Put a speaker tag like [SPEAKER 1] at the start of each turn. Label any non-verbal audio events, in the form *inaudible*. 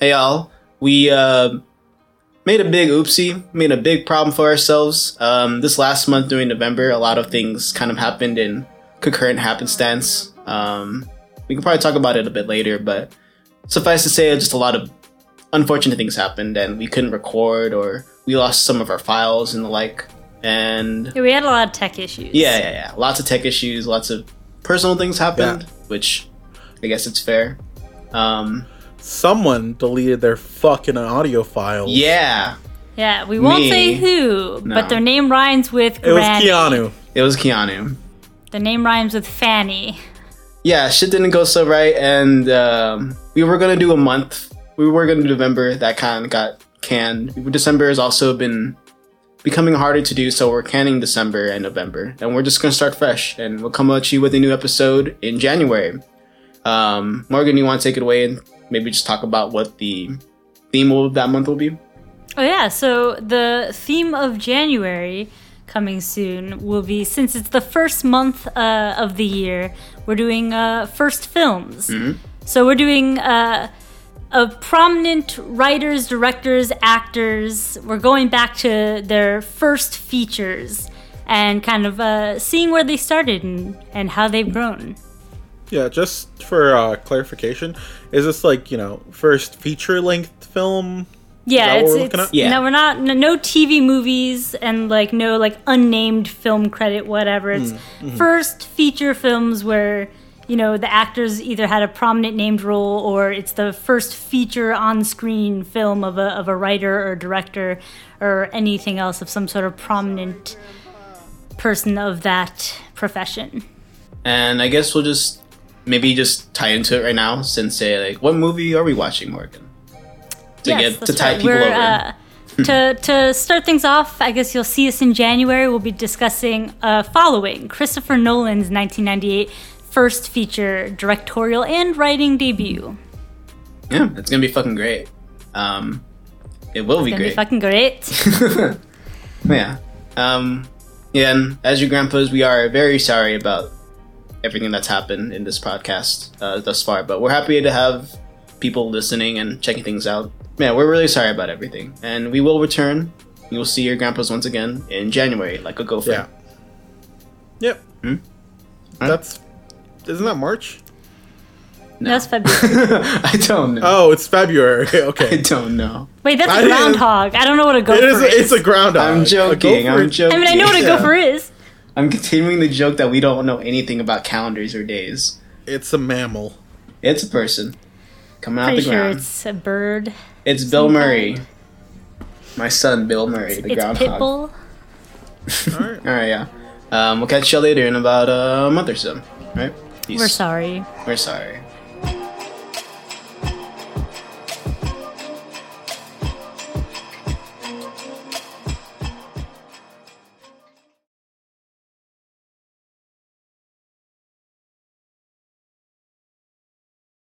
[SPEAKER 1] Hey y'all, we uh, made a big oopsie, made a big problem for ourselves. Um, this last month during November, a lot of things kind of happened in concurrent happenstance. Um, we can probably talk about it a bit later, but suffice to say, just a lot of unfortunate things happened, and we couldn't record, or we lost some of our files and the like. And
[SPEAKER 2] Yeah, we had a lot of tech issues.
[SPEAKER 1] yeah, yeah, yeah, lots of tech issues, lots of personal things happened, which I guess it's fair. Um,
[SPEAKER 3] Someone deleted their fucking audio file.
[SPEAKER 1] yeah,
[SPEAKER 2] Yeah, we won't
[SPEAKER 1] Me.
[SPEAKER 2] say who,
[SPEAKER 1] No.
[SPEAKER 2] but their name rhymes with
[SPEAKER 3] It was
[SPEAKER 2] Granny.
[SPEAKER 3] Keanu.
[SPEAKER 1] it was Keanu.
[SPEAKER 2] The name rhymes with Fanny.
[SPEAKER 1] yeah, shit didn't go so right, and um, we were gonna do a month. We were gonna do November. That kind of got canned. December has also been becoming harder to do, so we're canning December and November, and we're just gonna start fresh, and we'll come at you with a new episode in January. Um, Morgan, you want to take it away and maybe just talk about what the theme of that month will be?
[SPEAKER 2] Oh yeah, so the theme of January coming soon will be since it's the first month uh, of the year, we're doing uh, first films.
[SPEAKER 1] Mm-hmm.
[SPEAKER 2] So we're doing uh, a prominent writers, directors, actors. We're going back to their first features and kind of uh, seeing where they started and, and how they've grown.
[SPEAKER 3] Yeah, just for uh, clarification, is this like, you know, first feature length film?
[SPEAKER 2] Yeah,
[SPEAKER 3] Is that
[SPEAKER 2] it's,
[SPEAKER 3] what we're
[SPEAKER 2] it's
[SPEAKER 3] looking at?
[SPEAKER 1] Yeah.
[SPEAKER 2] no, we're not no, no TV movies and like no like unnamed film credit whatever. It's
[SPEAKER 3] Mm, mm-hmm.
[SPEAKER 2] first feature films where you know the actors either had a prominent named role or it's the first feature on screen film of a of a writer or director or anything else of some sort of prominent person of that profession.
[SPEAKER 1] And I guess we'll just maybe just tie into it right now, since say like, what movie are we watching, Morgan? To get
[SPEAKER 2] Yes,
[SPEAKER 1] to
[SPEAKER 2] that's
[SPEAKER 1] tie
[SPEAKER 2] right.
[SPEAKER 1] people
[SPEAKER 2] We're,
[SPEAKER 1] over.
[SPEAKER 2] uh, to, to start things off, I guess you'll see us in January. We'll be discussing uh, following Christopher Nolan's 1998 first feature directorial and writing debut.
[SPEAKER 1] Yeah, it's gonna be fucking great. Um, it will be
[SPEAKER 2] Gonna be
[SPEAKER 1] great. *laughs*
[SPEAKER 2] fucking great.
[SPEAKER 1] yeah. Um, yeah, and as your grandpas, we are very sorry about everything that's happened in this podcast uh, thus far, but we're happy to have people listening and checking things out. Yeah, we're really sorry about everything, and we will return. You'll see your grandpas once again in January, like a gopher.
[SPEAKER 3] Yeah. Yep.
[SPEAKER 1] Hmm?
[SPEAKER 3] That's. Isn't that March?
[SPEAKER 2] That's February.
[SPEAKER 1] *laughs* I don't know.
[SPEAKER 3] Oh, it's February. *laughs*
[SPEAKER 1] I *laughs*
[SPEAKER 3] Okay.
[SPEAKER 1] don't know.
[SPEAKER 2] Wait,
[SPEAKER 1] *laughs*
[SPEAKER 2] that's
[SPEAKER 3] I
[SPEAKER 2] a
[SPEAKER 3] didn't-
[SPEAKER 2] groundhog. I don't know what a
[SPEAKER 3] It
[SPEAKER 2] gopher
[SPEAKER 3] is.
[SPEAKER 2] is.
[SPEAKER 3] It's a groundhog.
[SPEAKER 1] I'm
[SPEAKER 3] Uh, A
[SPEAKER 1] joking.
[SPEAKER 3] gopher
[SPEAKER 1] I'm
[SPEAKER 3] is-
[SPEAKER 1] joking.
[SPEAKER 2] I mean, I know what a
[SPEAKER 3] Yeah.
[SPEAKER 2] gopher is.
[SPEAKER 1] I'm continuing the joke that we don't know anything about calendars or days.
[SPEAKER 3] It's a mammal.
[SPEAKER 1] It's a person coming out
[SPEAKER 2] Pretty
[SPEAKER 1] the
[SPEAKER 2] sure
[SPEAKER 1] ground.
[SPEAKER 2] it's a bird.
[SPEAKER 1] It's Bill Murray. My son, Bill Murray, the
[SPEAKER 2] it's
[SPEAKER 1] groundhog. All
[SPEAKER 2] Pitbull.
[SPEAKER 1] *laughs*
[SPEAKER 3] All right.
[SPEAKER 1] right, yeah. Um, we'll catch you later in about a month or so. Right? Peace.
[SPEAKER 2] We're sorry.
[SPEAKER 1] We're sorry.